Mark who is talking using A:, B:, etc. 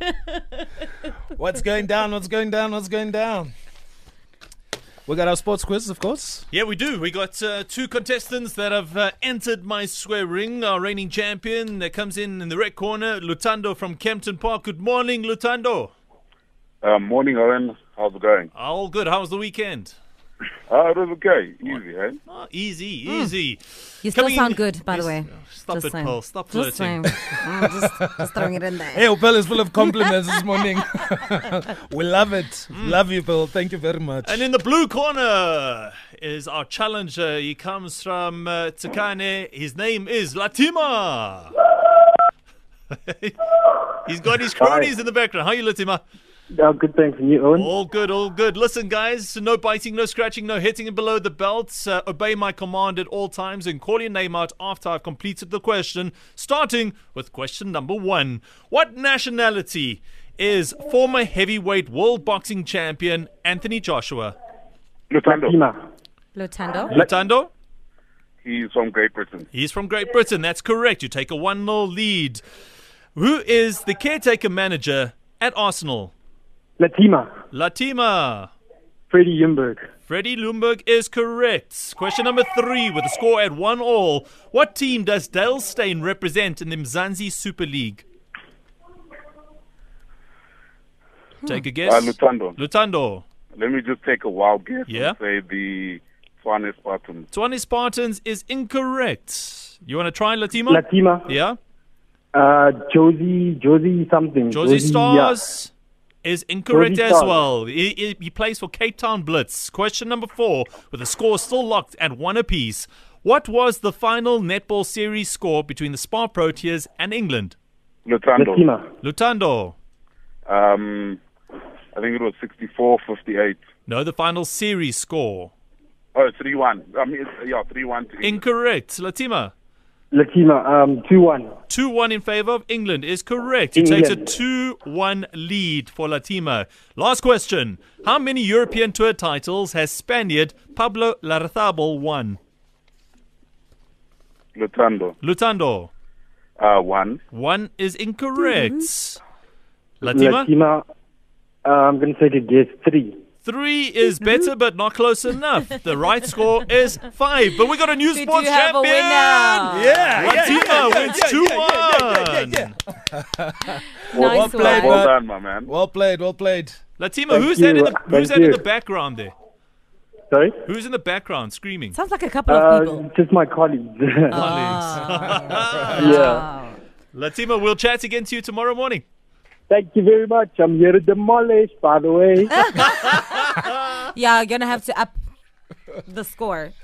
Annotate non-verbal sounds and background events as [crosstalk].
A: edge.
B: What's going down? What's going down? What's going down? We got our sports quiz, of course.
C: Yeah, we do. We got uh, two contestants that have uh, entered my square ring. Our reigning champion that comes in in the red corner, Lutando from Kempton Park. Good morning, Lutando.
D: Uh, morning, Owen. How's it going?
C: All good. How was the weekend?
D: Uh, it was okay. Easy, eh?
C: Oh, easy, easy.
A: You still
C: Coming in-
A: Hmm. sound good, by the way.
C: Stop
A: Just
C: it,
A: saying.
C: Paul. Stop
A: Just saying.
C: flirting.
A: [laughs] Mm, just, just throwing it in there.
B: [laughs] Hey, Bill is full of compliments this morning. [laughs] we love it. Love you, Bill. Thank you very much.
C: Mm. And in the blue corner is our challenger. He comes from uh, Tsakane. His name is Latima. [laughs] He's got his cronies in the background. How are you, Latima?
E: Oh, good thanks, and you, Owen.
C: All good, all good. Listen, guys, no biting, no scratching, no hitting below the belt. Uh, obey my command at all times and call your name out after I've completed the question, starting with question number one. What nationality is former heavyweight world boxing champion Anthony Joshua?
D: Lutando.
E: Fatima.
A: Lotando.
C: Lutando?
D: He's from Great Britain.
C: He's from Great Britain. That's correct. You take a 1 0 lead. Who is the caretaker manager at Arsenal?
E: Latima.
C: Latima.
E: Freddie Yumberg.
C: Freddie Lundberg is correct. Question number three, with a score at one all. What team does Dale Steyn represent in the Mzanzi Super League? Take a
D: Uh,
C: guess.
D: Lutando.
C: Lutando.
D: Let me just take a wild guess
C: Yeah.
D: and say the Swanes Spartans.
C: Tuani Spartans is incorrect. You want to try, Latima?
E: Latima.
C: yeah.
E: Uh, Josie, Josie something.
C: Josie
E: yeah.
C: Stars is incorrect
E: Josie
C: as
E: Stars.
C: well. He, he- he plays for Cape Town Blitz. Question number four, with the score still locked at one apiece. What was the final netball series score between the Spa Proteas and England?
D: Lutando.
E: Latima.
C: Lutando.
D: Um, I think it was 64 58.
C: No, the final series score.
D: Oh, 3 1. I mean, it's- yeah, 3 1 to England.
C: Incorrect. Latima.
E: Latima. Um, 2 1.
C: 2 1 in favor of England is correct. It takes a
E: England.
C: 2 1 lead for Latima. Last question. How many European Tour titles has Spaniard Pablo Larrazabal won?
D: Lutando.
C: Lutando.
D: Uh, 1.
C: One is incorrect.
B: Mm-hmm.
C: Latima,
E: Latima. Uh, I'm going to take a guess. 3.
C: three is
B: Mm-hmm.
C: better, but not close enough. The right score is five. But we got a new
A: We do
C: sports
A: have a
C: champion.
A: winner.
B: [laughs] yeah, yeah,
C: Latima wins two one.
A: Nice
B: well
A: one.
B: played,
D: Well
B: Uh,
D: done, my man.
B: Well played, well played.
C: Latima,
E: Thank
C: who's that
E: you. uh,
C: in the who's
E: Thank
C: that in
E: you.
C: the background there?
E: Sorry?
C: Who's in the background screaming?
A: Sounds like a couple of [laughs]
E: Uh,
A: people.
E: just my colleagues. yeah.
A: Wow.
C: Latima, we'll chat again to you tomorrow morning.
E: [laughs] Thank you very much. I'm here to demolish, by the way.
A: Yeah, you're gonna have to up the score.